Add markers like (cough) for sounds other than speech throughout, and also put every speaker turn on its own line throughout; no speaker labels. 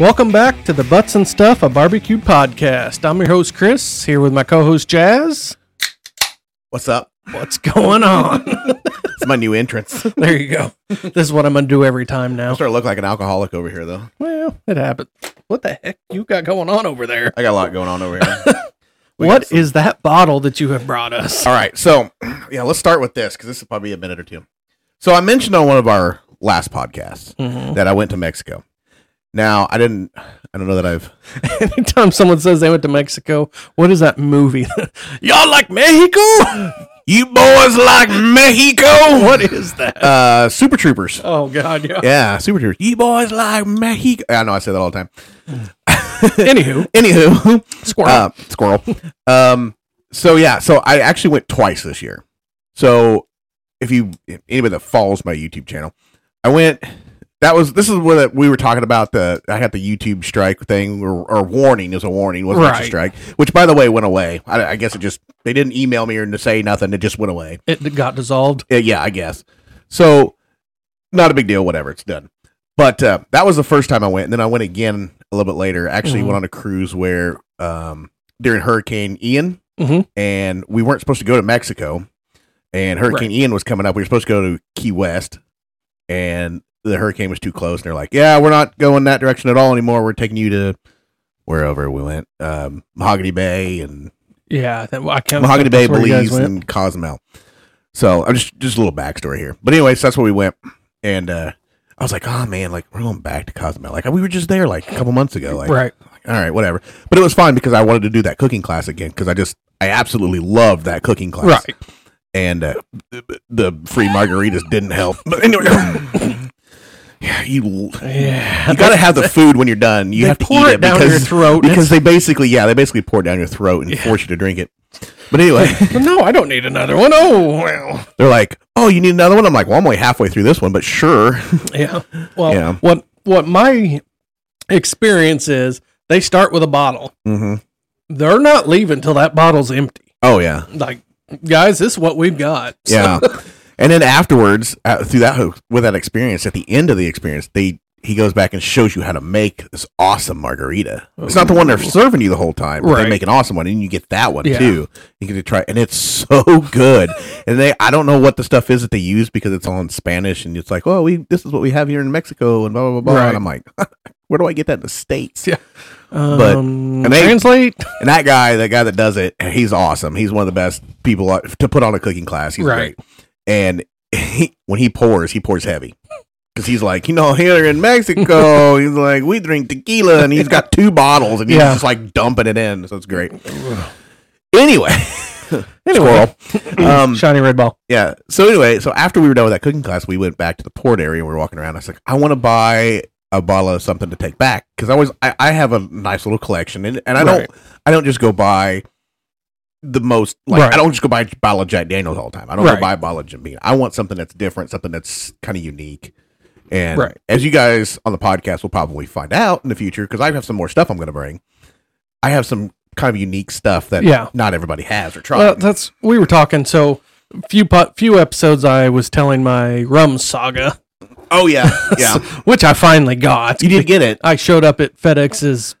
Welcome back to the Butts and Stuff, a barbecue podcast. I'm your host, Chris, here with my co host, Jazz.
What's up?
What's going on? (laughs)
It's my new (laughs) entrance. I
there you go. This is what I'm going to do every time now.
starting to look like an alcoholic over here, though.
Well, it happened. What the heck you got going on over there?
I got a lot going on over here. (laughs) We
What
got
is
some-
that bottle that you have brought us?
All right. So, (clears throat) yeah, let's start with this because this will probably be a minute or two. So, I mentioned on one of our last podcasts
Mhm.
that I went to Mexico. Now, I didn't, I don't know that I've,
(laughs) Anytime someone says they went to Mexico, what is that movie? (laughs) Y'all like Mexico?
you boys like Mexico?
what is that?
Uh, Super (laughs) Troopers.
Oh, God. Yeah.
Yeah, Super Troopers. You boys like Mexico? I know I say that all the time.
(laughs) Anywho,
Anywho,
squirrel.
Uh, squirrel. um, so yeah, so I actually went twice this year. So if you anybody that follows my YouTube channel, I went. That was this is what we were talking about. The I had the YouTube strike thing or, or warning. It was a warning. It wasn't actually a strike, which by the way went away. I, I guess it just they didn't email me or say nothing. It just went away.
it got dissolved.
Uh, yeah, I guess. So, not a big deal. Whatever, it's done. But uh, that was the first time I went, and then I went again a little bit later. Actually,
Mhm.
went on a cruise where um, during Hurricane Ian,
Mhm.
and we weren't supposed to go to Mexico, and Hurricane Ian was coming up. We were supposed to go to Key West, and the hurricane was too close, and they're like, "Yeah, we're not going that direction at all anymore. We're taking you to." Wherever we went, um, Mahogany Bay and
Yeah. That, well, I can't
Mahogany
think
Bay,
that's where you guys
Belize,
went.
and Cozumel. So I'm just just a little backstory here. But anyways, that's where we went, and uh, I was like, oh man, like we're going back to Cozumel. Like we were just there like a couple months ago. Like,
Right.
all right, whatever. But it was fine because I wanted to do that cooking class again because I just I absolutely loved that cooking class.
Right.
And uh, the, the free margaritas didn't help. But anyway. (coughs) Yeah, you
Yeah.
you gotta have the food when you're done. You
they
have to
pour
eat
it
it
down
because,
your throat. and
because they basically yeah they basically pour it down your throat and force you to drink it.
(laughs)
But anyway,
it's- no, I don't need another one. Oh well.
They're like, "Oh, you need another one." I'm like, "Well, I'm only halfway through this one,
(laughs)
but sure."
Yeah. Well,
Yeah.
what what my experience is, they start with a bottle.
Mm-hmm.
They're not leaving till that bottle's empty.
Oh yeah,
Like, guys, this is what we've got. So- (laughs)
yeah. and then afterwards, uh, through that ho- with that experience, at the end of the experience, they he goes back and shows you how to make this awesome margarita. It's not the one they're serving you the whole time, but
Right.
they make an awesome one, and you get that one
Yeah.
too. You get to try, and it's (laughs) so good. and they, I don't know what the stuff is that they use because it's all in Spanish, and it's like, "Oh, we this is what we have here in Mexico," and blah blah blah. blah.
Right.
And I'm like, (laughs) "Where do I get that in the states?"
Yeah.
But-
Um,
and they-
translate.
And that guy, that guy that does it, he's awesome. He's one of the best people to put on a cooking class. He's
Right.
great. And he, when he pours, he pours heavy. Because he's like, you know, here in
(laughs)
Mexico, he's like, we drink tequila, and he's got two bottles, and he's
Yeah.
just like dumping it in. So it's great. Anyway, (laughs)
Anyway,
squirrel. Um,
shiny red ball.
yeah. So anyway, so after we were done with that cooking class, we went back to the port area. and We were walking around. I was like, I want to buy a bottle of something to take back because I was I, I have a nice little collection, and, and I
Right.
don't I don't just go buy the most like
Right.
I don't just go buy a bottle of Jack Daniels all the time. I don't
Right.
go buy a bottle of Jim Beam. I want something that's different, something that's kind of unique. And
Right.
as you guys on the podcast will probably find out in the future, because I have some more stuff I'm going to bring. I have some kind of unique stuff that
Yeah.
not everybody has or tried.
Well, that's we were talking. So few po- few episodes, I was telling my rum saga, (laughs)
oh yeah, yeah.
which I finally got.
you did get it.
I showed up at FedEx's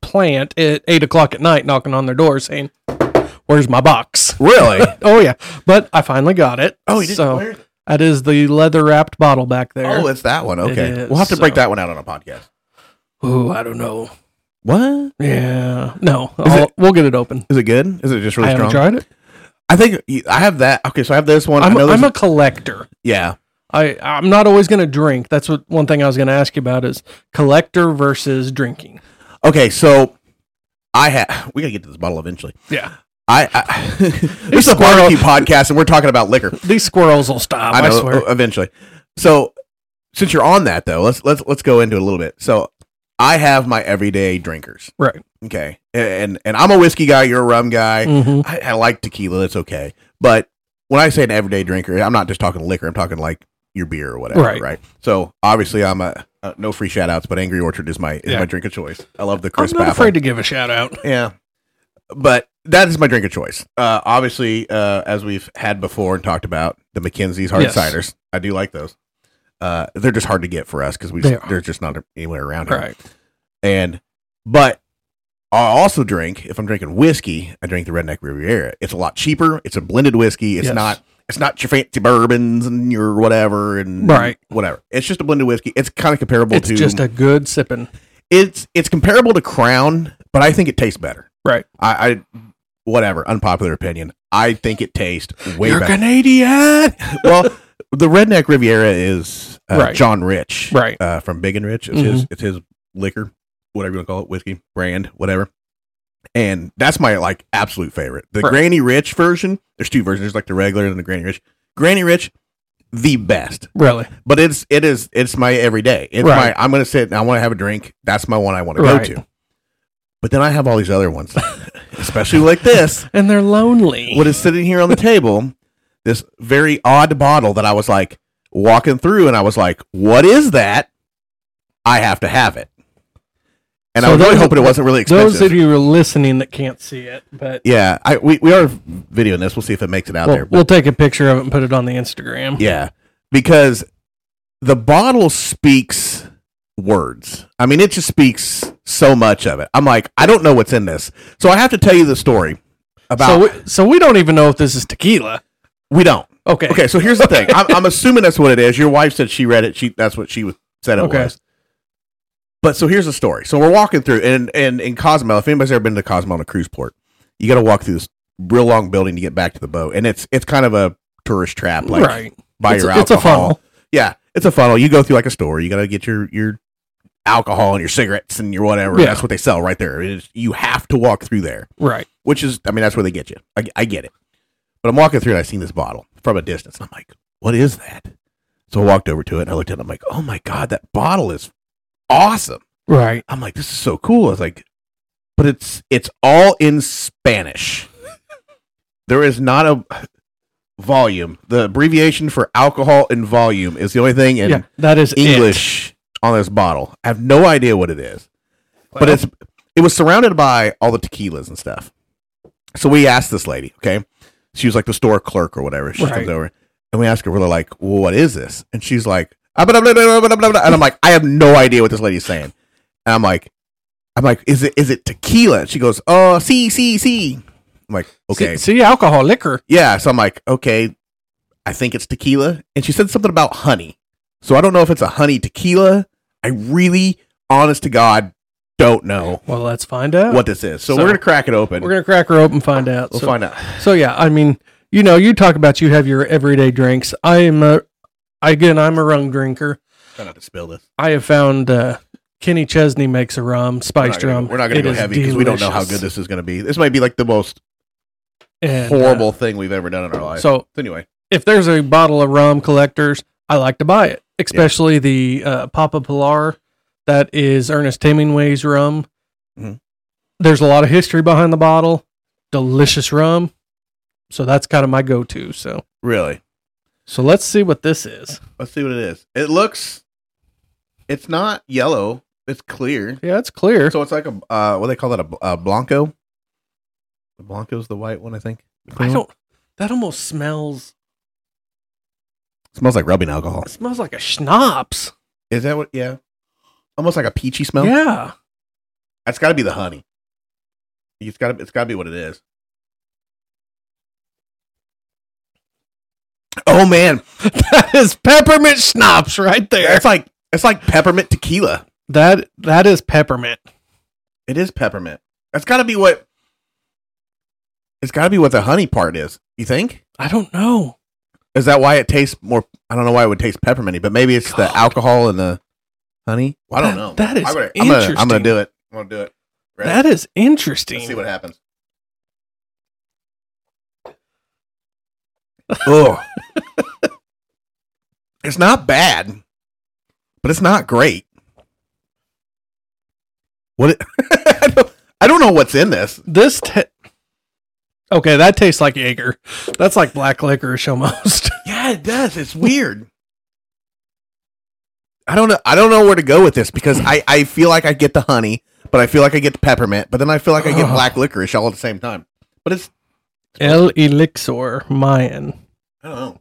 plant at eight o'clock at night, knocking on their door, saying, "Where's my box?" (laughs)
Really?
Oh yeah, but I finally got it.
Oh, you didn't
so
wear it?
that is the leather wrapped bottle back there.
Oh, it's that one.
It
Okay.
is,
we'll have to break
so-
that one out on a podcast.
Ooh, I don't know.
What?
Yeah, no, I'll, we'll get it open.
Is it good? Is it just
I
really
haven't
strong?
tried it.
I think I have that. Okay, so I have this one. i
I'm,
know there's
I'm a collector.
yeah.
I I'm not always going to drink. That's what one thing I was going to ask you about is collector versus drinking.
Okay, so I have. (sighs) We gotta get to this bottle eventually.
Yeah,
I, (laughs) I
These
this is a
squirrel-
barbecue podcast, and we're talking about liquor.
these squirrels will stop. I,
I know Oh, uh,
swear.
eventually. So since you're on that though, let's let's let's go into it a little bit. So I have my everyday drinkers.
Right.
Okay, and and I'm a whiskey guy. You're a rum guy.
Mhm.
I, I like tequila. That's okay. But when I say an everyday drinker, I'm not just talking liquor. I'm talking like your beer or whatever.
Right.
Right. So obviously, I'm a uh, no free shout outs, but Angry Orchard is my is
Yeah.
my drink of choice. I love the
I'm
crisp
not
apple.
afraid to give a shout out.
yeah. But that is my drink of choice. Uh, obviously, uh, as we've had before and talked about, the McKenzie's hard
Yes.
ciders. I do like those. Uh, they're just hard to get for us because we
They are.
there's just not anywhere around here.
Right.
And but I also drink if I'm drinking whiskey, I drink the Redneck Riviera. It's a lot cheaper. It's a blended whiskey. It's
Yes.
not it's not your fancy bourbons and your whatever and
Right.
whatever. It's just a blended whiskey. It's kind of comparable
It's
to
just a good sipping.
it's it's comparable to Crown, but I think it tastes better.
Right.
I, I whatever unpopular opinion. I think it tastes way
You're
better.
Canadian.
well, the Redneck Riviera is uh,
Right.
John Rich,
Right.
uh, from Big and Rich. It's his
Mm-hmm.
it's his liquor, whatever you want to call it, whiskey brand, whatever. And that's my like absolute favorite. The
Right.
Granny Rich version. There's two versions. There's like the regular and the Granny Rich. Granny Rich, the best.
Really.
But it's it is it's my everyday. It's
Right.
my I'm gonna sit and I want to have a drink. That's my one I want
Right.
to go to. But then I have all these other ones, (laughs) especially like this.
And they're lonely.
What is sitting here on the table? This very odd bottle that I was like walking through, and I was like, "What is that? I have to have it." And I
So
was really
those-
hoping it wasn't really
Those of
expensive.
you who are listening that can't see it, but
yeah, I, we we are videoing this. We'll see if it makes it out
we'll,
there. But
we'll take a picture of it and put it on the Instagram.
Yeah, because the bottle speaks words. I mean, it just speaks so much of it. I'm like, I don't know what's in this, so I have to tell you the story
So
about.
we, so we don't even know if this is tequila.
we, don't.
Okay.
Okay, so here's the
(laughs)
thing. I'm, I'm assuming that's what it is. Your wife said she read it. She that's what she was said it
Okay.
was. But so here's the story. So we're walking through, and and in Cozumel, if anybody's ever been to Cozumel on a cruise port, you got to walk through this real long building to get back to the boat, and it's it's kind of a tourist trap. Like
right.
buy
it's,
your
a-
alcohol.
it's a funnel.
Yeah, it's a funnel. You go through like a store. You got to get your your alcohol and your cigarettes and your whatever.
Yeah.
That's what they sell right there. It is, you have to walk through there,
Right.
which is, I mean, that's where they get you. I, I get it. But I'm walking through and I seen this bottle from a distance. And I'm like, what is that? So I walked over to it and I looked at it. I'm like, oh my God, that bottle is awesome.
Right.
I'm like, this is so cool. I was like, but it's it's all in Spanish. there is not a volume. The abbreviation for alcohol and volume is the only thing in
yeah. That is it.
English on this bottle. I have no idea what it is, but
Well,
it's it was surrounded by all the tequilas and stuff. So we asked this lady, okay, she was like the store clerk or whatever. She
Right.
comes over and we ask her, we're like, well, what is this? And she's like, "Ah, blah, blah, blah, blah, blah, blah, blah," and I'm like, I have no idea what this lady's saying, and I'm like, I'm like, is it is it tequila? And she goes, oh, see, see, see. I'm like, okay,
See, see, alcohol, liquor.
yeah, so I'm like, okay, I think it's tequila. And she said something about honey. So I don't know if it's a honey tequila. I really, honest to God, don't know
Well, let's find out.
what this is. So,
Oh. So-
we're gonna crack it open.
We're gonna crack her open, and find out.
we'll
so,
find out.
so yeah, I mean, you know, you talk about you have your everyday drinks. I am a, again, I'm a rum drinker.
Try not to spill this.
I have found uh, Kenny Chesney makes a rum,
We're not
spiced
gonna,
rum.
go- we're not gonna
It
go
is
heavy because we don't know how good
delicious.
this is gonna be. This might be like the most
And, uh,
horrible thing we've ever done in our life. So
so
anyway,
if there's a bottle of rum collectors, I like to buy it, especially the uh, Papa Pilar. That is Ernest Hemingway's rum.
Mhm.
There's a lot of history behind the bottle. Delicious rum. So that's kind of my go-to. So
really,
so let's see what this is.
let's see what it is. It looks, it's not yellow. It's clear.
Yeah, it's clear.
So it's like a uh, what do they call that a, bl- a blanco. The blanco's the white one, I think. The
I
clean one?
don't. That almost smells.
Smells like rubbing alcohol.
It smells like a schnapps.
Is that what? Yeah. Almost like a peachy smell.
Yeah.
That's got to be the honey. It's got to. It's got to be what it is. Oh man,
that is peppermint schnapps right there.
it's like it's like peppermint tequila.
That that is peppermint.
It is peppermint. That's got to be what. It's got to be what the honey part is. You think?
I don't know.
Is that why it tastes more? I don't know why it would taste pepperminty, but maybe it's
God.
the alcohol and the honey. I don't
That-
know.
that is
I would- I'm gonna, I'm
interesting.
gonna do it. I'm gonna do it. Ready?
That is
Let's see
interesting.
what happens. Oh, (laughs) it's not bad, but it's not great. What? It, (laughs) I, don't, I don't know what's in this.
This ta- okay, that tastes like Jaeger. That's like black licorice almost. (laughs)
Yeah, it does. It's weird. I don't know. I don't know where to go with this because I I feel like I get the honey, but I feel like I get the peppermint, but then I feel like I get
Ugh.
black licorice all at the same time. But it's
El Elixir Mayan.
I don't know.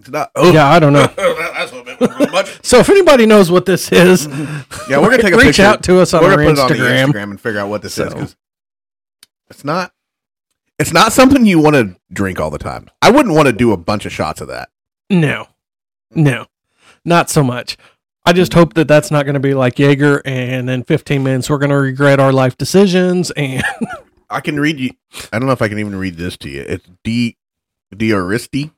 It's not. Oh,
Yeah, I don't know.
(laughs) that's a little bit little much.
So if anybody knows what this is,
Yeah, we're gonna take a
reach
picture.
out to us on
we're
our
gonna put it on
Instagram.
the Instagram and figure out what this is
So.
'cause it's not. It's not something you want to drink all the time. I wouldn't want to do a bunch of shots of that.
No, no, not so much. I just hope that that's not going to be like Jaeger, and in 15 minutes we're going to regret our life decisions. And
I can read you. I don't know if I can even read this to you. It's D. Dioristi.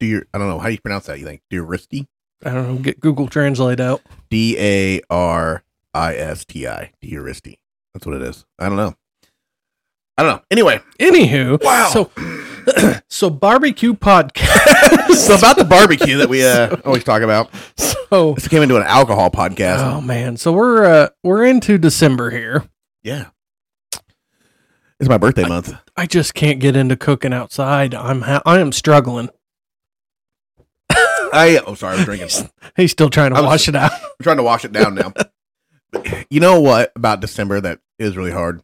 Dior, I don't know how you pronounce that. You think Dioristi?
I don't know, get Google Translate out.
D A R I S T I. Dioristi. That's what it is. I don't know. I don't know. Anyway,
Anywho,
Wow.
So, so barbecue podcast. (laughs)
so about the barbecue that (laughs) we uh, always talk about.
so,
This came into an alcohol podcast.
oh man, so we're uh, we're into December here.
Yeah. It's my birthday month.
I just can't get into cooking outside. I'm ha- I am struggling.
I oh sorry, I'm drinking.
He's, he's still trying to
I was-
wash it out.
I'm trying to wash it down now. (laughs) you know what about December that is really hard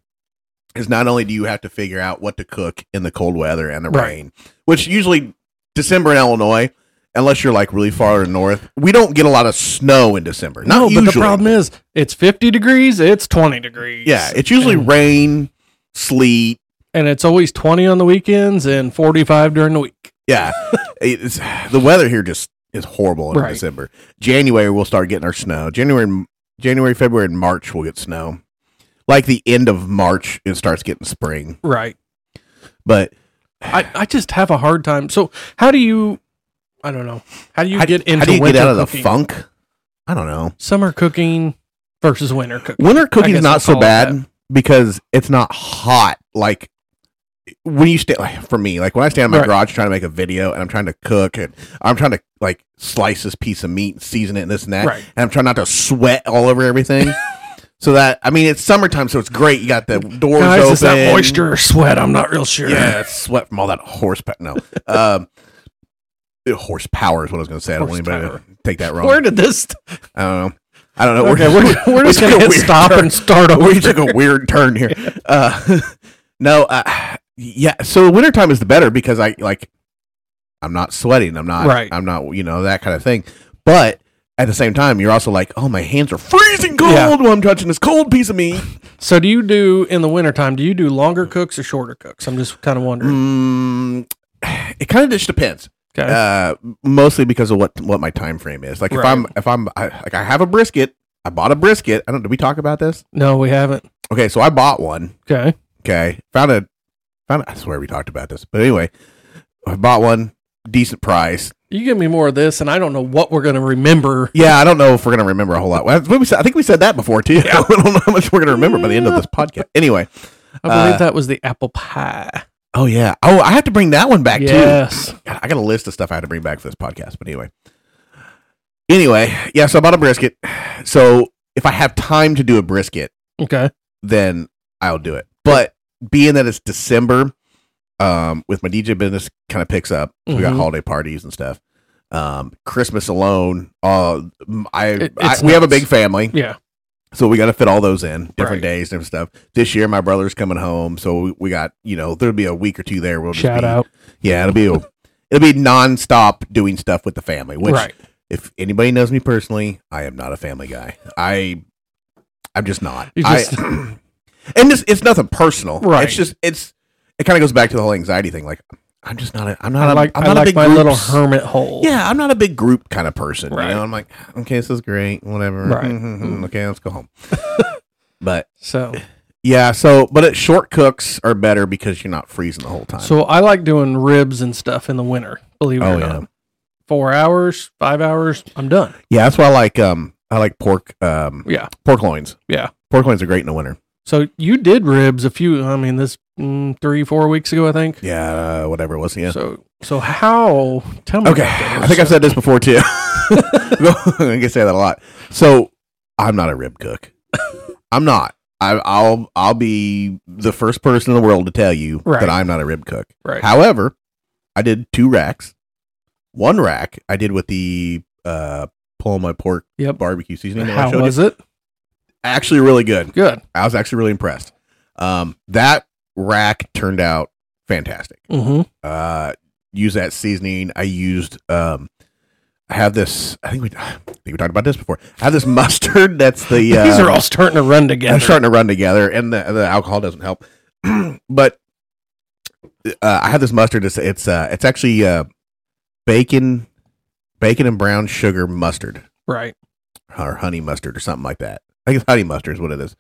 is not only do you have to figure out what to cook in the cold weather and the
Right.
rain, which usually December in Illinois, unless you're like really far north, we don't get a lot of snow in December. (laughs) Not
No,
usually.
but the problem is it's 50 degrees, it's 20 degrees.
yeah, it's usually
and,
rain, sleet.
and it's always 20 on the weekends and 45 during the week.
Yeah, it's, the weather here just is horrible in
Right.
December. January we'll start getting our snow. January, January, February, and March we'll get snow. Like the end of March, it starts getting spring.
Right.
But
I, I just have a hard time. So, how do you I don't know. How do you
how,
get into
how do you
winter
get out of the
cooking?
funk? I don't know.
Summer cooking versus winter cooking.
Winter
guess
cooking's
I'll
not so
call it
bad because it's not hot. Like when you stay, like, for me, like when I stand in my
Right.
garage trying to make a video and I'm trying to cook and I'm trying to like slice this piece of meat and season it and this and that,
Right.
and I'm trying not to sweat all
(laughs)
over everything. so that I mean, it's summertime, so it's great. You got the doors
Guys,
open.
is that moisture or sweat? I'm not real sure.
Yeah, it's sweat from all that horsepower. No, um, (laughs) horsepower is what I was going to say. I don't want anybody
Horsepower.
to take that wrong.
Where did this
I don't know. I don't know.
Okay, we're,
(laughs)
we're just
Uh, took a
going to (laughs)
weird
stop
turn.
and start over.
(laughs) we took a weird
(laughs)
turn here. Uh, (laughs) no, uh, yeah. So wintertime is the better because I like I'm not sweating. I'm not.
Right.
I'm not. You know that kind of thing. But at the same time, you're also like, oh, my hands are freezing cold
Yeah.
while I'm touching this cold piece
(laughs)
of meat.
So do you do in the wintertime, do you do longer cooks or shorter cooks? I'm just kind of wondering.
Mm, (sighs) it kind of just depends.
Okay.
Uh, mostly because of what what my time frame is. Like if
Right.
I'm if I'm I, like I have a brisket. I bought a brisket. I don't. Did we talk about this?
no, we haven't.
Okay, so I bought one.
Okay.
Okay. Found a found a, I swear we talked about this. But anyway, I bought one, decent price.
You give me more of this, and I don't know what we're going to remember.
Yeah, I don't know if we're gonna remember a whole lot. Well, that's what we said- I think we said that before too. (laughs) I don't know how much we're gonna remember by the end of this podcast. Anyway.
I believe
Uh,
that was the apple pie.
Oh yeah. Oh, I have to bring that one back too.
yes.
God, I got a list of stuff I had to bring back for this podcast, but anyway. Anyway, yeah, so I bought a brisket. So if I have time to do a brisket,
Okay.
then I'll do it. But being that it's December, um, with my DJ business kind of picks up. We got
Mhm.
holiday parties and stuff. Um, Christmas alone, uh, m- I,
It-
I
it's
we have a
nuts.
big family,
Yeah.
so we got to fit all those in different
Right.
days, different stuff. This year, my brother's coming home, so we, we got you know there'll be a week or two there. We'll just
Shout
be,
out.
yeah, it'll be a- it'll be nonstop doing stuff with the family, which
right.
if anybody knows me personally, I am not a family guy. I I'm just not.
You
I-
just-
(clears throat) and this it's nothing personal.
Right.
It's just it's it kind of goes back to the whole anxiety thing. Like I'm just not a I'm not
I
a,
like,
I'm
I
not a
like
big
my
group
little
s-
hermit hole.
Yeah, I'm not a big group kind of person.
Right.
You know, I'm like, okay, this is great, whatever. (laughs)
Right. Mm-hmm.
okay, let's go home. (laughs) but
So,
yeah, so but it, short cooks are better because you're not freezing the whole time.
so I like doing ribs and stuff in the winter. Believe it
oh
or
yeah.
not. Four hours, five hours, I'm done.
Yeah, that's why I like um I like pork um
Yeah.
pork loins.
Yeah.
Pork loins are great in the winter.
So you did ribs a few. I mean, this mm, three, four weeks ago, I think.
Yeah, uh, whatever it was. Yeah.
So, so how? Tell me. (laughs)
Okay,
about
I think
those.
I've said this
(laughs)
before too. (laughs) I think I say that a lot. So I'm not a rib cook. I'm not. I, I'll I'll be the first person in the world to tell you
Right.
that I'm not a rib cook.
right.
However, I did two racks. One rack I did with the uh, Paloma pork
Yep.
barbecue seasoning. that I
How
showed you.
was it?
Actually, really good.
Good.
I was actually really impressed. Um, that rack turned out fantastic.
Mm-hmm.
Uh, use that seasoning. I used um, I have this. I think we I think we talked about this before. I have this (laughs) mustard that's the
(laughs)
uh,
These are all starting to run together.
I'm starting to run together, and the, the alcohol doesn't help. (clears throat) but uh, I have this mustard. It's it's uh, it's actually uh, bacon, bacon and brown sugar mustard
Right.
or honey mustard or something like that. I think it's honey mustard is what it is.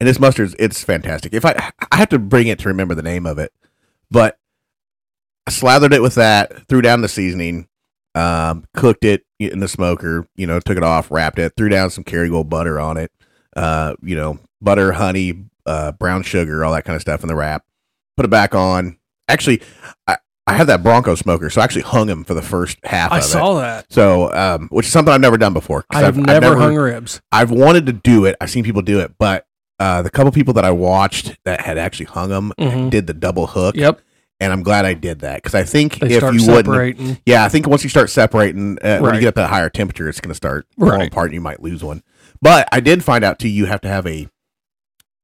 And this mustard's it's fantastic. If I I have to bring it to remember the name of it, but I slathered it with that, threw down the seasoning, um, cooked it in the smoker, you know, took it off, wrapped it, threw down some Kerrygold butter on it, uh, you know, butter, honey, uh, brown sugar, all that kind of stuff in the wrap. Put it back on. Actually, I, I have that Bronco smoker, so I actually hung him for the first half
I
of it.
saw that.
So, um, which is something I've never done before. 'cause
I've, never hung ribs.
I've wanted to do it. I've seen people do it, but uh, the couple people that I watched that had actually hung them
Mhm.
did the double hook,
Yep.
and I'm glad I did that because I think
They
if
start
you wouldn't,
separating.
yeah, I think once you start separating, uh, when
Right.
you get up at a higher temperature, it's going to start falling
Right.
apart, and you might lose one. But I did find out too, you have to have a,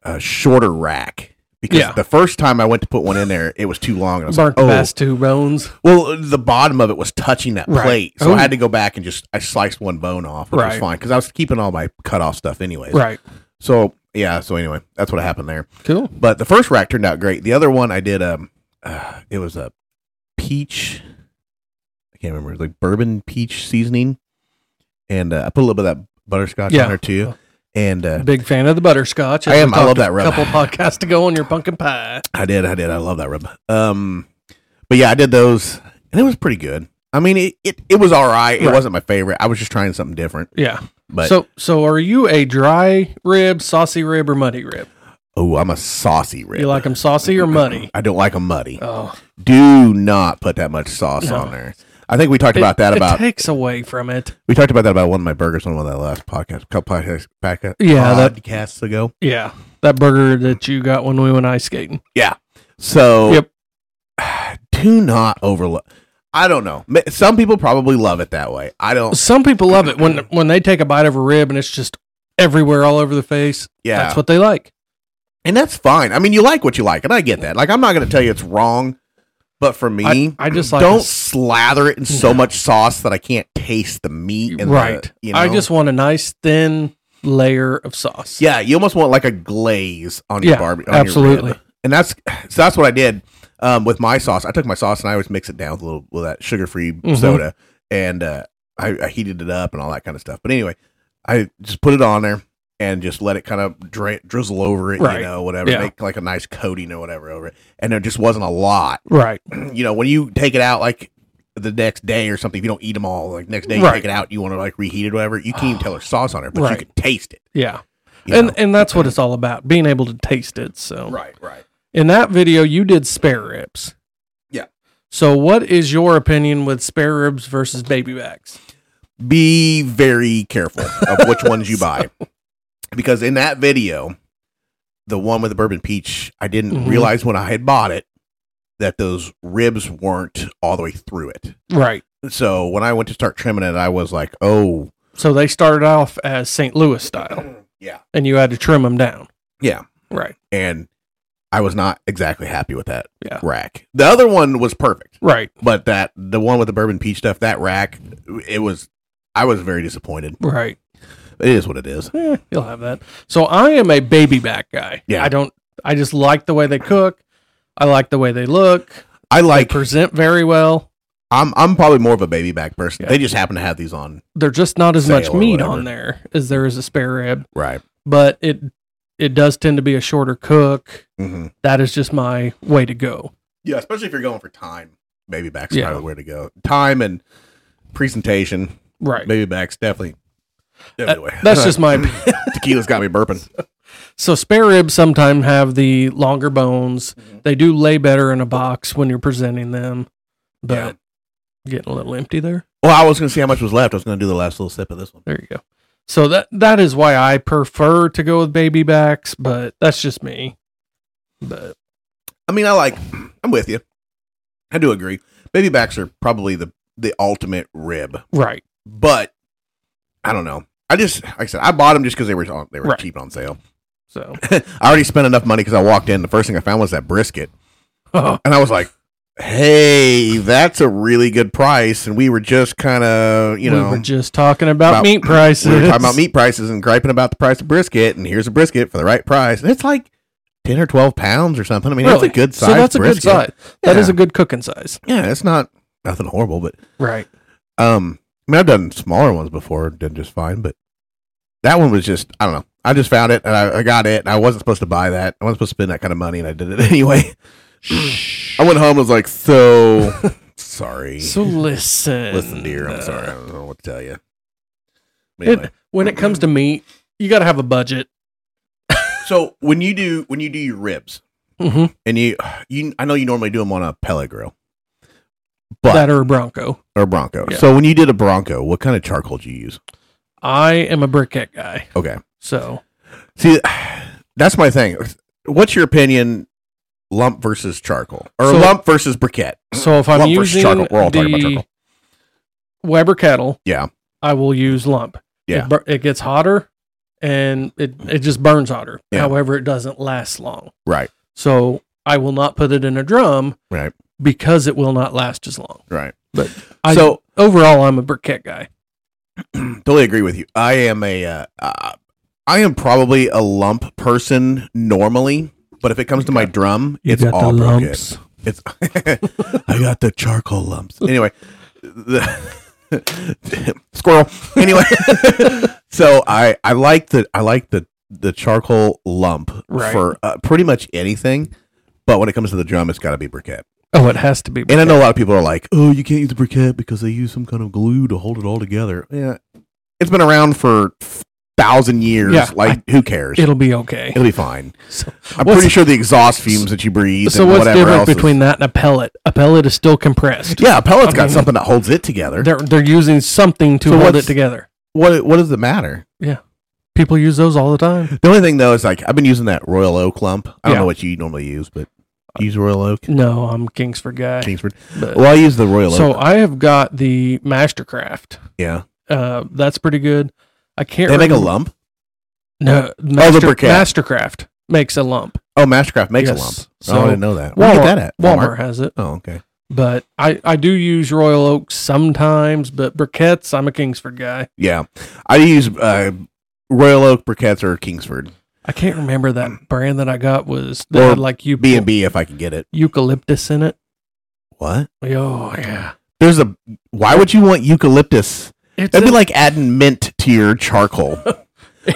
a shorter rack because
Yeah.
the first time I went to put one in there, it was too long, and I was
Burnt
like,
the
oh,
past two bones.
well, the bottom of it was touching that
Right.
plate, so
Oh.
I had to go back and just I sliced one bone off, which was
Right.
fine because I was keeping all my cut off stuff anyways.
Right.
So yeah, so anyway, that's what happened there.
Cool.
But the first rack turned out great. The other one I did, um, uh, it was a peach. I can't remember, it was like bourbon peach seasoning, and uh, I put a little bit of that butterscotch
Yeah.
on there too. And uh,
Big fan of the butterscotch.
I
as we
am. I
talked
love that
A
rub.
couple podcasts ago on your pumpkin pie.
I did, I did, I love that rub. Um, but yeah, I did those, and it was pretty good. I mean, it it, it was all right. It
Right.
wasn't my favorite. I was just trying something different.
Yeah.
But
so so are you a dry rib, saucy rib, or muddy rib?
oh, I'm a saucy rib.
You like them saucy or
(laughs)
muddy?
I don't like them muddy.
Oh,
Do not put that much sauce
No.
on there. I think we talked
It-
about that about
it takes away from it.
we talked about that about one of my burgers on one of that last podcast a couple podcasts back uh,
Yeah, that-
podcasts ago.
Yeah, that burger that you got when we went ice skating.
So
Yep.
(sighs) do not overlook. I don't know. Ma- Some people probably love it that way. I don't.
Some people love it when when they take a bite of a rib and it's just everywhere all over the face.
Yeah,
That's what they like.
and that's fine. I mean, you like what you like, and I get that. Like, I'm not going to tell you it's wrong, but for me,
I, I just like a
don't
s-
slather it in so
No.
much sauce that I can't taste the meat. And the-
right.
you know?
I just want a nice thin layer of sauce.
Yeah, you almost want like a glaze on your
Yeah,
barbecue.
absolutely.
and that's so that's what I did um, with my sauce. I took my sauce and I always mix it down with a little with that sugar free
Mhm.
soda, and uh, I, I heated it up and all that kind of stuff. But anyway, I just put it on there and just let it kind of dra- drizzle over it,
Right.
you know, whatever,
Yeah.
make like a nice coating or whatever over it. And there just wasn't a lot, (clears throat)
Right.
you know, when you take it out like. The next day or something, if you don't eat them all, like next day you
Right. Ah.
take it out, you want to like reheat it, or whatever. You can't even tell there's sauce on it, but
Right.
you can taste it.
Yeah.
you
and
know?
and that's what it's all about, being able to taste it. So
Right, right.
in that video you did spare ribs.
Yeah.
So what is your opinion with spare ribs versus baby backs?
Be very careful of (laughs) which ones you buy. Because in that video, the one with the bourbon peach, I didn't
Mhm.
realize when I had bought it that those ribs weren't all the way through it.
Right.
So when I went to start trimming it, I was like, oh,
So they started off as St. Louis style
(clears throat) yeah.
and you had to trim them down.
Yeah.
Right.
And I was not exactly happy with that
Yeah.
rack. The other one was perfect,
Right.
but that the one with the bourbon peach stuff, that rack, it was, I was very disappointed.
Right.
It is what it is.
Eh, you'll have that. So I am a baby back guy.
Yeah.
I don't I just like the way they cook. I like the way they look.
I
They
like
present very well.
I'm I'm probably more of a baby back person.
Yeah.
They just happen to have these on.
They're just not as
Sale
much
or
meat
whatever.
on there as there is a spare rib,
Right.
but it it does tend to be a shorter cook.
Mm-hmm.
That is just my way to go.
Yeah, especially if you're going for time. Baby back's
Yeah.
probably where to go. Time and presentation.
Right.
Baby back's definitely. Anyway,
That's just my opinion.
(laughs) tequila's got me
(laughs)
burping.
So spare ribs sometimes have the longer bones.
Mm-hmm.
They do lay better in a box when you're presenting them, but getting a little empty there.
Well, I was going to see how much was left. I was going to do the last little sip of this one.
There you go. So that that is why I prefer to go with baby backs, but that's just me. But
I mean, I like. I'm with you. I do agree. Baby backs are probably the the ultimate rib,
right,
but I don't know. I just like I said, I bought them just because they were on, they were
Right.
cheap on sale.
so
(laughs) I already spent enough money because I walked in. The first thing I found was that brisket.
oh,
And I was like, hey, that's a really good price, and we were just kind of you
we
know
were just talking about,
about-
meat prices.
we were talking
(laughs)
about meat prices and griping about the price of brisket, and here's a brisket for the right price, and it's like ten or twelve pounds or something. I mean, that's a
Really?
good size.
So that's a
brisket.
good size. That is
Yeah.
a good cooking size.
Yeah, it's not nothing horrible, but
(sniffs) Right.
um, I mean, I've done smaller ones before, did just fine, but that one was just I don't know. I just found it and I, I got it, and I wasn't supposed to buy that. I wasn't supposed to spend that kind of money, and I did it (laughs) anyway. I went home and was like, so (laughs) sorry.
So listen.
Listen, dear, I'm
uh,
sorry. I don't know what to tell you. But anyway.
It, when it comes to meat, you got to have a budget.
so when you do when you do your ribs,
hmm
and you you I know you normally do them on a pellet grill, but
That or a Bronco.
or Bronco.
Yeah.
So when you did a Bronco, what kind of charcoal do you use?
I am a briquette guy.
Okay,
So
see, (sighs) that's my thing. What's your opinion? Lump versus charcoal, or
So-
lump versus briquette?
so if I'm
Lump versus
using
charcoal. We're all talking about
the
charcoal.
Weber kettle,
Yeah.
I will use lump.
Yeah.
It, bur- it gets hotter and it, it just burns hotter.
Yeah.
However, it doesn't last long.
Right,
So I will not put it in a drum
right,
because it will not last as long.
right.
But I,
so
overall, I'm a briquette guy.
(clears throat) totally agree with you. I am a, uh, uh, I am probably a lump person normally, but if it comes to my drum, it's all broken. It's (laughs) I got the charcoal lumps. Anyway, the (laughs) squirrel. Anyway, (laughs) so I I like the I like the the charcoal lump
Right.
for uh, pretty much anything, but when it comes to the drum, it's got to be briquette.
Oh, it has to be.
And I know a lot of people are like, "Oh, you can't use the briquette because they use some kind of glue to hold it all together." Yeah, it's been around for thousand years.
Yeah,
like, who cares? It'll,
It'll be okay.
be fine.
So,
I'm
what's-
pretty sure the exhaust fumes that you breathe.
so
and
what's the
whatever
difference
else is-
between that and a pellet? A pellet is still compressed.
Yeah, a pellet's
I
got
mean-
something that holds it together.
They're they're using something to
So
hold it
what's-
together.
What what does it matter?
People use those all the time.
The only thing though is like I've been using that Royal Oak lump. I don't
Yeah. Uh,
know what you normally use, but you use Royal
(laughs)
Oak
No, I'm a Kingsford guy.
Kingsford.
but-
Well, I use the Royal
uh, so
Oak.
I have got the Mastercraft.
Yeah,
Uh, that's pretty good. I can't.
they make a
remem-
lump. Oh,
No,
the
Master,
briquette.
Mastercraft makes a lump.
Oh, Mastercraft makes a
Yes.
lump.
So
oh, I didn't know that. Where
Walmart,
do you get that at
Walmart has it.
Oh, okay.
But I, I do use Royal Oaks sometimes, but briquettes, I'm a Kingsford guy.
Yeah, I use uh, Royal Oak briquettes or Kingsford
I can't remember that brand that I got was that
Hmm. Or
had like euc-
B and B if I can get it.
eucalyptus in it.
What?
Oh yeah,
There's a. Why would you want eucalyptus?
it's
That'd be
a-
like adding mint to
(laughs)
your charcoal.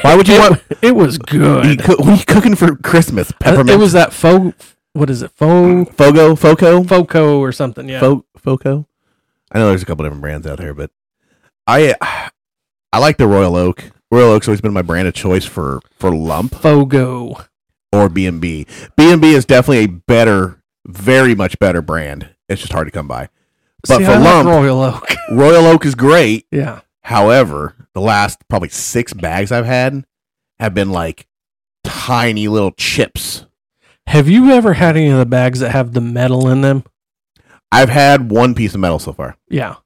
Why would you
it, (laughs)
want?
It was
You
good.
coo- what are you cooking for Christmas? Peppermint.
Uh, It was that fo. What is it? Fo
Fogo, Foco,
foco or something? Yeah.
Fo- Foco. I know there's a couple different brands out there, but I uh, I like the Royal Oak. Royal Oak's always been my brand of choice for for lump
Fogo.
or B and B. B and B is definitely a better, very much better brand. It's just hard to come by. But
See,
for
I like
lump-
Royal Oak. (laughs)
Royal Oak is great.
yeah.
However, the last probably six bags I've had have been like tiny little chips.
Have you ever had any of the bags that have the metal in them?
I've had one piece of metal so far.
Yeah.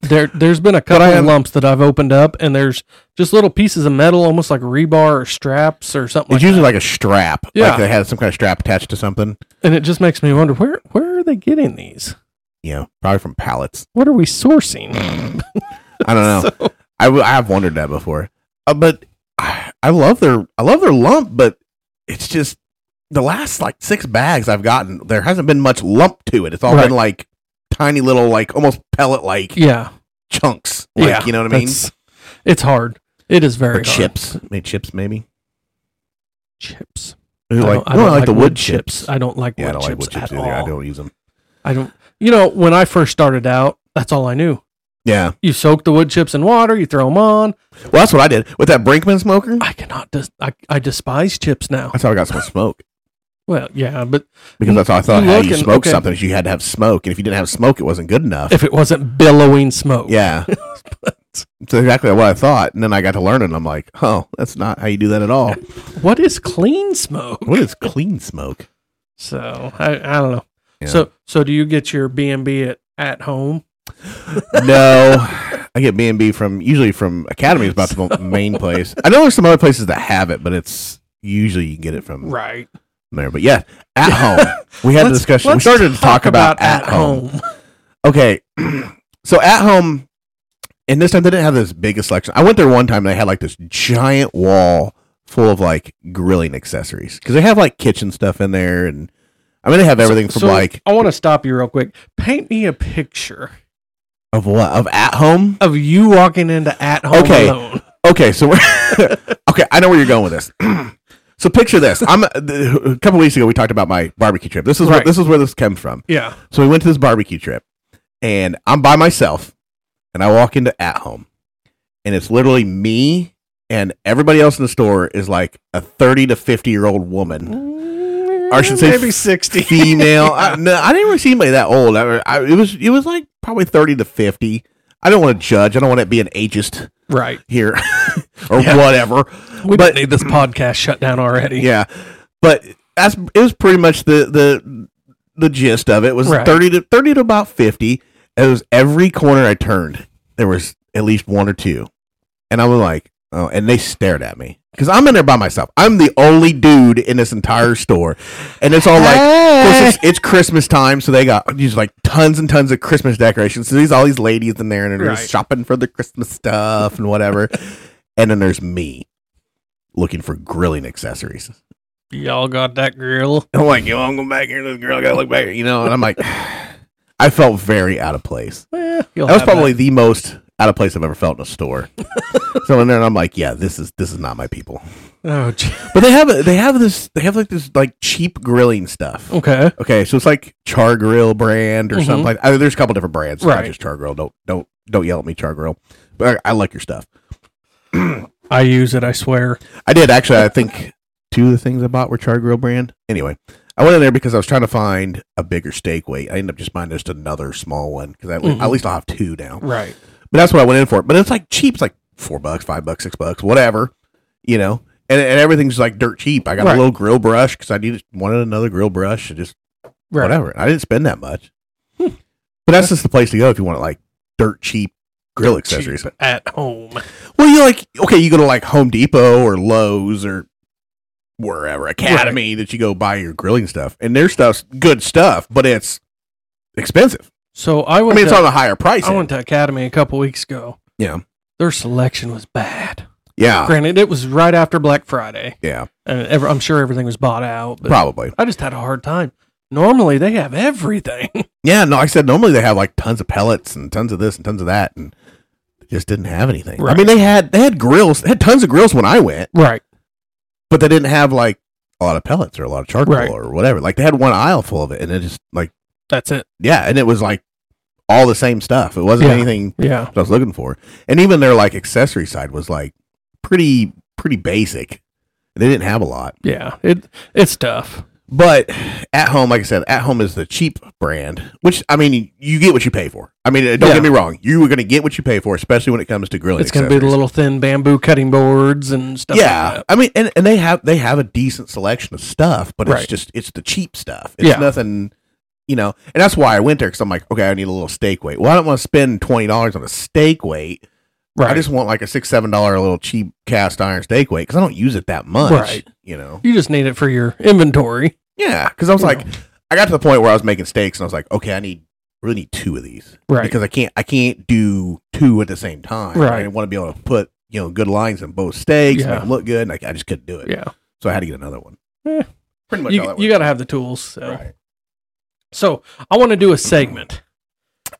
There, there's been a couple
I
of
am-
lumps that I've opened up, and there's just little pieces of metal, almost like rebar or straps or something.
It's
like
usually like a strap.
Yeah.
Like they had some kind of strap attached to something.
that. and it just makes me wonder where where are they getting these?
You know, probably from pallets.
What are we sourcing?
I
(laughs)
don't know.
So-
I, w- I have wondered that before. Uh, but I, I love their I love their lump, but it's just the last like six bags I've gotten. There hasn't been much lump to it. It's all
Right.
been like tiny little like almost pellet like
yeah,
chunks. Like,
yeah,
you know what I mean?
that's- It's hard. It is very
Or
hard.
chips, maybe uh, chips, maybe.
Chips.
Ooh,
I
like,
don't- I
no,
don't
I like the wood, chips.
I don't like
yeah, I
wood
don't
chips
like wood
at
chips either.
all.
I don't use them.
I don't. You know, when I first started out, that's all I knew.
Yeah,
You soak the wood chips in water, you throw them on.
well, that's what I did with that Brinkman smoker.
I cannot. Dis- I I despise chips now.
That's how I got some smoke
Well, yeah, but
because that's how I thought
You
how
look
you
and-
smoked
okay.
something is you had to have smoke, and if you didn't have smoke, it wasn't good enough.
if it wasn't billowing smoke,
(laughs) Yeah.
(laughs)
It's exactly what I thought. And then I got to learn it and I'm like, oh, that's not how you do that
(laughs)
at all.
What is clean smoke?
What is clean smoke?
So I, I don't know.
Yeah.
So so do you get your B and B at at home?
No. I get B and B from usually from Academy is about the main place. I know there's some other places that have it, but it's usually you can get it from
Right.
there. But yeah, at home. We had
(laughs)
a
Let's-
discussion. We
let's
started to talk about, at, home. Okay. (clears throat) so at home, and this time they didn't have this big a selection. I went there one time and they had like this giant wall full of like grilling accessories because they have like kitchen stuff in there. And I mean, they have everything from
So,
like,
I want to stop you real quick. Paint me a picture
of what? Of at home?
of you walking into at home
Okay.
alone.
Okay, so we're (laughs) okay. I know where you're going with this. (clears throat) so picture this. I'm (laughs) a couple weeks ago. We talked about my barbecue trip. This is where,
Right.
this is where this comes from.
Yeah.
So we went to this barbecue trip, and I'm by myself, and I walk into at home, and it's literally me and everybody else in the store is like a thirty to fifty year old
(laughs)
woman, I should say
maybe sixty.
female. I, no, I didn't really see anybody that old. I, I, it was it was like probably thirty to fifty. I don't want to judge. I don't want to be an ageist
Right.
here (laughs) or
Yeah.
whatever.
We
But-
don't need this podcast shut down (laughs) already.
Yeah, but that's it was pretty much the the the gist of it was
Right.
thirty to thirty to about fifty. It was every corner I turned, there was at least one or two, and I was like, oh, and they stared at me because I'm in there by myself. I'm the only dude in this entire store, and it's
(laughs)
all like. Of course, it's, it's Christmas time, so they got these like tons and tons of Christmas decorations. So these all these ladies in there, and they're
Right.
just shopping for the Christmas stuff
(laughs)
and whatever. and then there's me looking for grilling accessories.
Y'all got that grill.
I'm like, yo, I'm going back here. This girl, I gotta look back here, you know. And I'm like, (sighs) I felt very out of place.
Eh, you'll
That was
have
probably the most out of place I've ever felt in a (laughs) store. so in there, and I'm like, yeah, this is this is not my people.
Oh, gee.
But they have they have this they have like this like cheap grilling stuff.
okay.
Okay, so it's like Char Grill brand or
Mhm.
something like. I mean, there's a couple different brands, Mm-hmm. right? Not
Right.
just Char Grill. Don't don't don't yell at me, Char Grill. But I, I like your stuff.
I use it. I swear.
I did actually. I think two of the things I bought were Char Grill brand. Anyway, I went in there because I was trying to find a bigger steak weight. I ended up just buying just another small one because
Mhm.
at least I'll have two now.
Right.
But that's what I went in for. But it's like cheap. It's like four bucks, five bucks, six bucks, whatever. You know, and and everything's like dirt cheap. I got
Right.
a little grill brush because I needed wanted another grill brush. and just
Right. Hmm.
whatever. I didn't spend that much. But that's just the place to go if you want like dirt cheap grill accessories.
Cheap at home.
Well, you like okay, you go to like Home Depot or Lowe's or wherever Academy that you go buy your grilling stuff, and their stuff's good stuff, but it's expensive.
So I
I
went.
mean, it's
to,
on a higher price.
I went to Academy a couple weeks ago.
Yeah.
Their selection was bad.
yeah,
Granted, it was right after Black Friday,
yeah,
and ever, I'm sure everything was bought out. But
probably.
I just had a hard time. Normally, they have everything. (laughs)
Yeah, no, I said normally they have like tons of pellets and tons of this and tons of that, and they just didn't have anything. I
Right.
mean, they had they had grills, they had tons of grills when I went.
Right.
but they didn't have like a lot of pellets or a lot of charcoal
Right.
or whatever. Like they had one aisle full of it, and it just like
That's it.
yeah, and it was like all the same stuff. It wasn't
Yeah.
anything
Yeah.
that I was looking for, and even their like accessory side was like pretty pretty basic. They didn't have a lot,
Yeah. It it's tough.
but at home, like I said, at home is the cheap brand, which I mean, you get what you pay for. I mean, don't
Yeah.
get me wrong, you were going to get what you pay for, especially when it comes to grilling.
it's going to be the
accessories.
little thin bamboo cutting boards and stuff.
yeah
Like that.
i mean and, and they have they have a decent selection of stuff but it's
Right.
just it's the cheap stuff it's
Yeah.
nothing you know and that's why i went there because i'm like okay i need a little steak weight well i don't want to spend $20 on a steak weight
Right.
i just want like a six seven dollar little cheap cast iron steak weight because i don't use it that much
Right.
you know
you just need it for your inventory.
yeah because i was
Yeah.
like i got to the point where i was making steaks and i was like okay i need really need two of these
Right.
because i can't i can't do two at the same time i
Right.
want to be able to put you know good lines in both steaks and
Yeah.
make them look good and I, I just couldn't do it
yeah.
so I had to get another one.
Eh.
Pretty much all
You,
that
you got to have the tools. So.
right.
so I want to do a segment.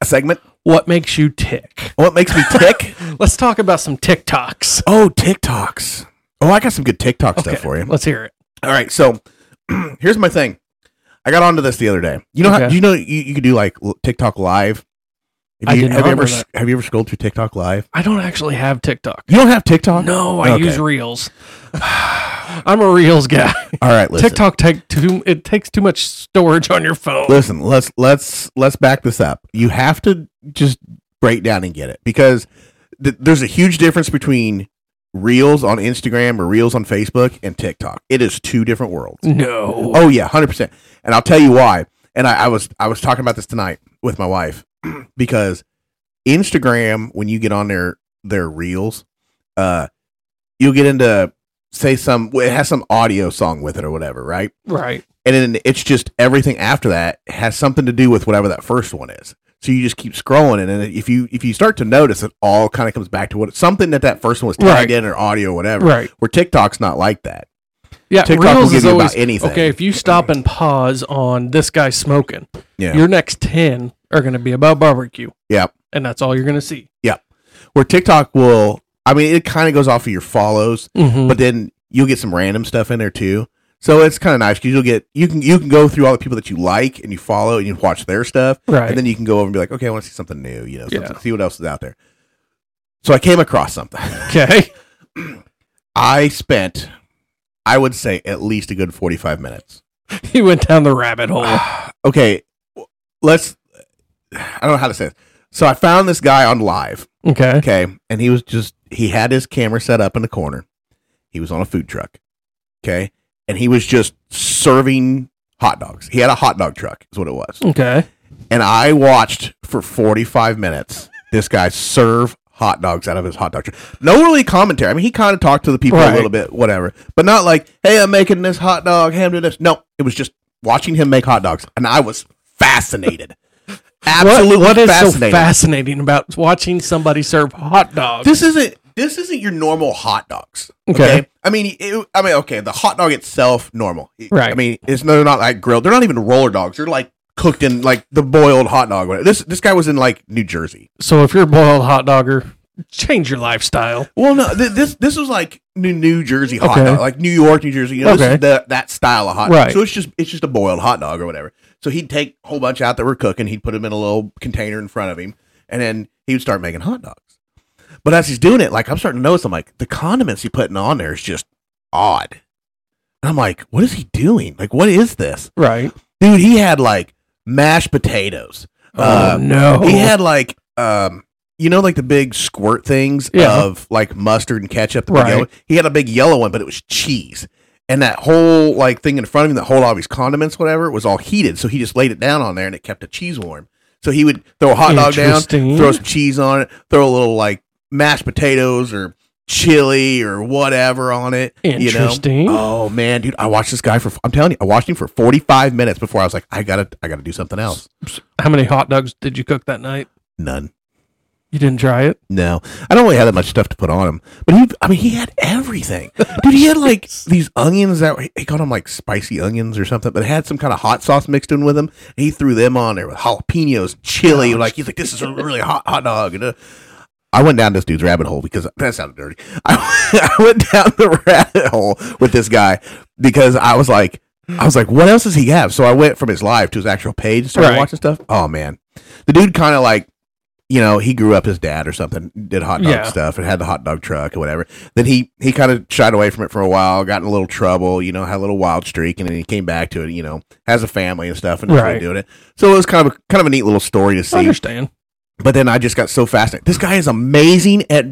a segment.
What makes you tick?
What makes me tick?
(laughs) Let's talk about some TikToks.
oh, TikToks. Oh, I got some good TikTok
Okay,
stuff for you.
Let's hear it.
All right, so (clears throat) here's my thing. I got onto this the other day. You know how
Okay.
do you know you, you could do like l- TikTok live? Have
I
you,
did
have
not
you ever
know
s- have you ever scrolled through TikTok live?
I don't actually have TikTok.
You don't have TikTok?
No, I
Okay.
use Reels. (sighs) I'm a Reels guy.
All right, listen.
TikTok take too. It takes too much storage on your phone.
Listen, let's let's let's back this up. You have to just break down and get it because th- there's a huge difference between reels on Instagram or reels on Facebook and TikTok. It is two different worlds.
No.
Oh yeah, hundred percent. And I'll tell you why. And I, I was I was talking about this tonight with my wife (clears throat) because Instagram, when you get on their their reels, uh, you'll get into say some it has some audio song with it or whatever, right?
Right.
And then it's just everything after that has something to do with whatever that first one is. So you just keep scrolling, and then if you if you start to notice, it all kind of comes back to what something that that first one was
Right.
tagged in or audio, or whatever.
Right.
Where TikTok's not like that.
Yeah.
TikTok will
Reels
give
is
you about
always
anything.
okay. If you stop and pause on this guy smoking,
Yeah.
your next ten are going to be about barbecue.
Yep.
And that's all you're going to see.
Where TikTok will, I mean, it kind of goes off of your follows,
Mm-hmm.
but then you'll get some random stuff in there too. So it's kind of nice because you'll get you can you can go through all the people that you like and you follow and you watch their stuff,
right.
and then you can go over and be like, okay, I want to see something new, you know,
Yeah.
something, see what else is out there. So I came across something. (laughs)
okay. (laughs)
I spent, I would say, at least a good forty-five minutes.
he went down the rabbit
(sighs)
hole.
okay, w- let's. I don't know how to say this. So I found this guy on live.
Okay.
Okay, and he was just he had his camera set up in the corner. He was on a food truck. Okay, and he was just serving hot dogs. He had a hot dog truck, is what it was.
Okay.
And I watched for forty-five minutes this guy serve hot dogs out of his hot dog truck. No really commentary. I mean, he kind of talked to the people
Right.
a little bit, whatever, but not like, "Hey, I'm making this hot dog. Hey, I'm doing this." No, it was just watching him make hot dogs, and I was fascinated. Absolutely
what is so
fascinated.
fascinating about watching somebody serve hot dogs?
this isn't this isn't your normal hot dogs.
Okay.
I mean, it, I mean, okay, the hot dog itself normal.
Right.
I mean, it's they're not like grilled. They're not even roller dogs. They're like cooked in like the boiled hot dog. This this guy was in like New Jersey.
So if you're a boiled hot dogger, change your lifestyle.
Well, no, th- this this was like New New Jersey hot
Okay.
dog, like New York, New Jersey. You know, this
Okay.
is the, that style of hot
Right.
dog. So it's just it's just a boiled hot dog or whatever. So he'd take a whole bunch out that were cooking. He'd put them in a little container in front of him, and then he would start making hot dogs. But as he's doing it, like I'm starting to notice, I'm like the condiments he's putting on there is just odd. And I'm like, what is he doing? Like, what is this,
Right.
dude? He had like mashed potatoes.
Oh
Uh,
no.
He had like um you know like the big squirt things
Yeah.
of like mustard and ketchup. The
Right.
big yellow, he had a big yellow one, but it was cheese. And that whole like thing in front of him, that whole all of his condiments, whatever, was all heated. So he just laid it down on there and it kept the cheese warm. So he would throw a hot dog down,
Interesting.
throw some cheese on it, throw a little like mashed potatoes or chili or whatever on it.
Interesting.
You know? Oh man, dude, I watched this guy for I'm telling you, I watched him for 45 minutes before I was like, I gotta I gotta do something else.
How many hot dogs did you cook that night?
None.
You didn't try it.
No, I don't really have that much stuff to put on him. But he, I mean, he had everything, dude. He had like these onions that he called them like spicy onions or something, but it had some kind of hot sauce mixed in with them. And he threw them on there with jalapenos, chili. Like he's like, this is a really hot hot dog. And, uh, I went down this dude's rabbit hole because that sounded dirty. (laughs) I, I went down the rabbit hole with this guy because I was like, I was like, what else does he have? So I went from his live to his actual page and started
Right.
watching stuff. Oh man, the dude kind of like you know, he grew up his dad or something, did hot dog
Yeah.
stuff and had the hot dog truck or whatever. Then he he kind of shied away from it for a while, got in a little trouble, you know, had a little wild streak, and then he came back to it. You know, has a family and stuff, and is really
Right.
doing it. So it was kind of a, kind of a neat little story
I
to see.
understand.
But then I just got so fascinated. This guy is amazing at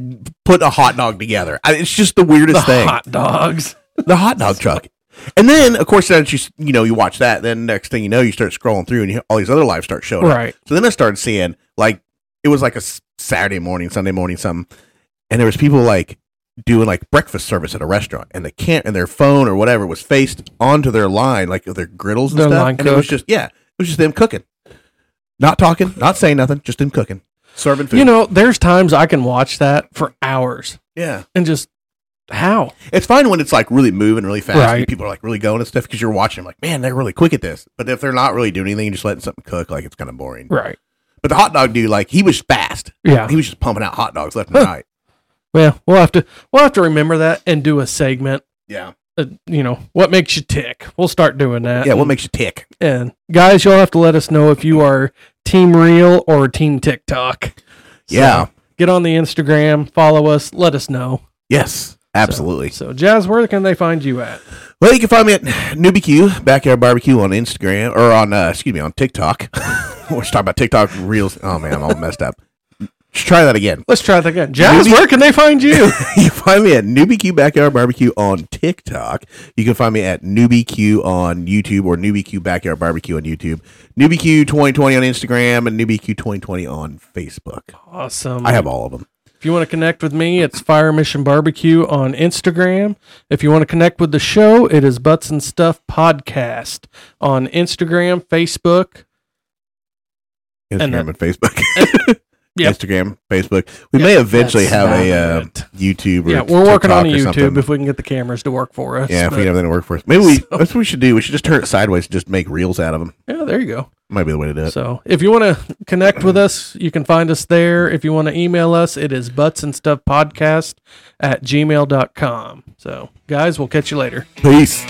putting a hot dog together. I, it's just the weirdest
The
thing.
hot dogs.
the hot dog truck. And then, of course, then you s- you know you watch that. Then next thing you know, you start scrolling through, and you, all these other lives start showing up.
Right.
So then I started seeing like it was like a s- Saturday morning, Sunday morning, something, and there was people like doing like breakfast service at a restaurant, and the can and their phone or whatever was faced onto their line, like their griddles and
Their
stuff.
line
and it was
cook.
just yeah, it was just them cooking, not talking, not saying nothing, just them cooking, serving food.
You know, there's times I can watch that for hours
yeah,
and just how.
it's fine when it's like really moving really fast.
Right.
And people are like really going and stuff because you're watching. like, man, they're really quick at this. But if they're not really doing anything, you're just letting something cook, like it's kind of boring.
Right.
But the hot dog dude, like he was fast.
Yeah.
He was just pumping out hot dogs left and right.
Well, we'll have to we'll have to remember that and do a segment.
Yeah.
Uh, you know what makes you tick? We'll start doing that.
Yeah, what makes you tick?
And guys, you'll have to let us know if you are team real or team TikTok. So,
Yeah.
Get on the Instagram, follow us, let us know.
Yes. Absolutely.
So, Jazz, where can they find you at?
Well, you can find me at NewbieQ, Backyard Barbecue on Instagram or on, uh, excuse me, on TikTok. (laughs) We're just talking about TikTok reels. Oh, man, I'm all messed up. Just try that again. (laughs)
Let's try that again. Jazz,
Newbie-
where can they find you?
you find me at NewbieQ Backyard Barbecue on TikTok. You can find me at NewbieQ on YouTube or NewbieQ Backyard Barbecue on YouTube. NewbieQ 2020 on Instagram and NewbieQ 2020 on Facebook.
awesome.
I have all of them.
If you want to connect with me, it's Fire Mission Barbecue on Instagram. If you want to connect with the show, it is Butts and Stuff Podcast on Instagram, Facebook.
Instagram
And
and,
then-
Facebook.
(laughs)
(laughs)
Yeah.
Instagram, Facebook. We may eventually
That's
have a
not
uh, YouTube. Or
yeah, we're working on a
TikTok or
YouTube
something.
if we can get the cameras to work for us.
yeah, if
but-
we can have that to work for us, maybe we.
So-
That's what we should do. We should just turn it sideways and just make reels out of them.
yeah, there you go.
Might be the way to do it.
So if you want to connect with us, you can find us there. If you want to email us, it is butts and stuff podcast at gmail.com. So guys, we'll catch you later.
Peace.